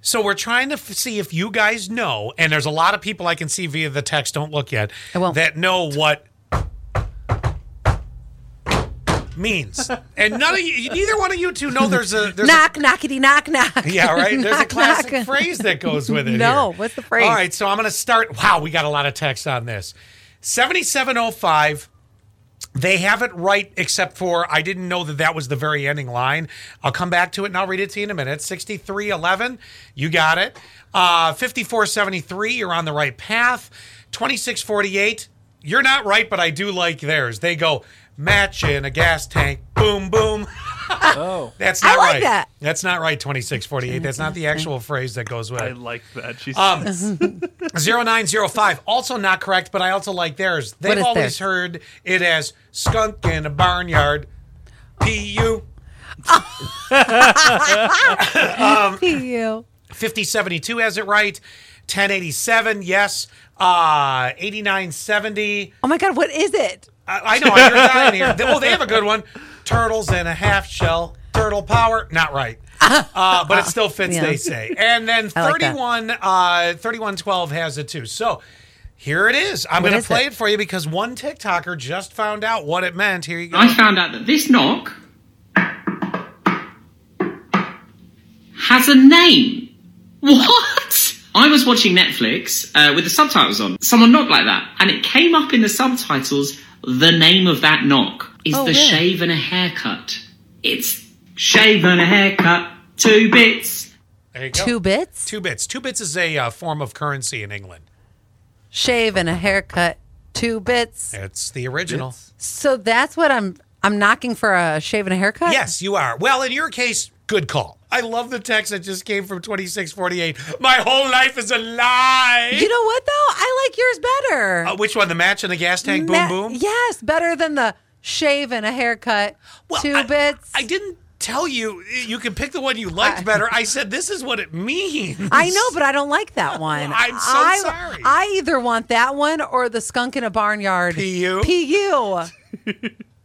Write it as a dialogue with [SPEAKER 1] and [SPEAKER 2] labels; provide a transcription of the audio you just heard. [SPEAKER 1] So we're trying to f- see if you guys know, and there's a lot of people I can see via the text. Don't look yet.
[SPEAKER 2] I won't.
[SPEAKER 1] That know what means, and none of you, neither one of you two know there's a there's a
[SPEAKER 2] knock, knockity, knock, knock.
[SPEAKER 1] yeah, right. There's a
[SPEAKER 2] Knock,
[SPEAKER 1] classic
[SPEAKER 2] knock.
[SPEAKER 1] phrase that goes with it.
[SPEAKER 2] No,
[SPEAKER 1] here.
[SPEAKER 2] what's the phrase?
[SPEAKER 1] All right, so I'm going to start. Wow, we got a lot of text on this. 7705. They have it right, except for I didn't know that that was the very ending line. I'll come back to it and I'll read it to you in a minute. 6311, you got it. Uh, 5473, you're on the right path. 2648, you're not right, but I do like theirs. They go, match in a gas tank, boom, boom.
[SPEAKER 3] Oh,
[SPEAKER 1] That's
[SPEAKER 2] I
[SPEAKER 1] not
[SPEAKER 2] like
[SPEAKER 1] right.
[SPEAKER 2] that.
[SPEAKER 1] That's not right. Twenty six forty eight. That's not the actual phrase that goes with
[SPEAKER 3] I
[SPEAKER 1] it.
[SPEAKER 3] like that. She's
[SPEAKER 1] Zero nine zero five. Also not correct, but I also like theirs. They've
[SPEAKER 2] is
[SPEAKER 1] always
[SPEAKER 2] theirs?
[SPEAKER 1] heard it as skunk in a barnyard. P U
[SPEAKER 2] You.
[SPEAKER 1] fifty seventy two has it right. Ten eighty seven. Yes. Uh eighty nine seventy.
[SPEAKER 2] Oh my God, what is it?
[SPEAKER 1] I, I know. You're dying here. They- Oh, they have a good one. Turtles in a half shell. Turtle power. Not right. Uh, but it still fits,
[SPEAKER 2] Yeah.
[SPEAKER 1] they say. And then
[SPEAKER 2] I like that.
[SPEAKER 1] 31, uh, 3112 has it too. So here it is. I'm
[SPEAKER 2] What
[SPEAKER 1] going to
[SPEAKER 2] is
[SPEAKER 1] play
[SPEAKER 2] it?
[SPEAKER 1] it? for you because one TikToker just found out what it meant. Here you go.
[SPEAKER 4] I found out that this knock has a name. What? I was watching Netflix uh, with the subtitles on. Someone knocked like that, and it came up in the subtitles. The name of that knock is
[SPEAKER 2] Oh,
[SPEAKER 4] the
[SPEAKER 2] really?
[SPEAKER 4] shave and a haircut. It's shave and a haircut, two bits.
[SPEAKER 1] There you go.
[SPEAKER 2] Two bits?
[SPEAKER 1] Two bits. Two bits is a uh, form of currency in England.
[SPEAKER 2] Shave and a haircut. Two bits.
[SPEAKER 1] It's the original.
[SPEAKER 2] So that's what I'm I'm knocking for a shave and a haircut?
[SPEAKER 1] Yes, you are. Well, in your case, good call. I love the text that just came from 2648. My whole life is a lie.
[SPEAKER 2] You know what though? I like yours better.
[SPEAKER 1] Uh, which one? The match in the gas tank? Boom,
[SPEAKER 2] Ma-
[SPEAKER 1] boom.
[SPEAKER 2] Yes, better than the shave and a haircut.
[SPEAKER 1] Well,
[SPEAKER 2] two
[SPEAKER 1] I-
[SPEAKER 2] bits.
[SPEAKER 1] I didn't tell you. You can pick the one you liked
[SPEAKER 2] I-
[SPEAKER 1] better. I said this is what it means.
[SPEAKER 2] I know, but I don't like that one.
[SPEAKER 1] I'm so
[SPEAKER 2] I,
[SPEAKER 1] sorry.
[SPEAKER 2] I either want that one or the skunk in a barnyard.
[SPEAKER 1] PU?
[SPEAKER 2] PU.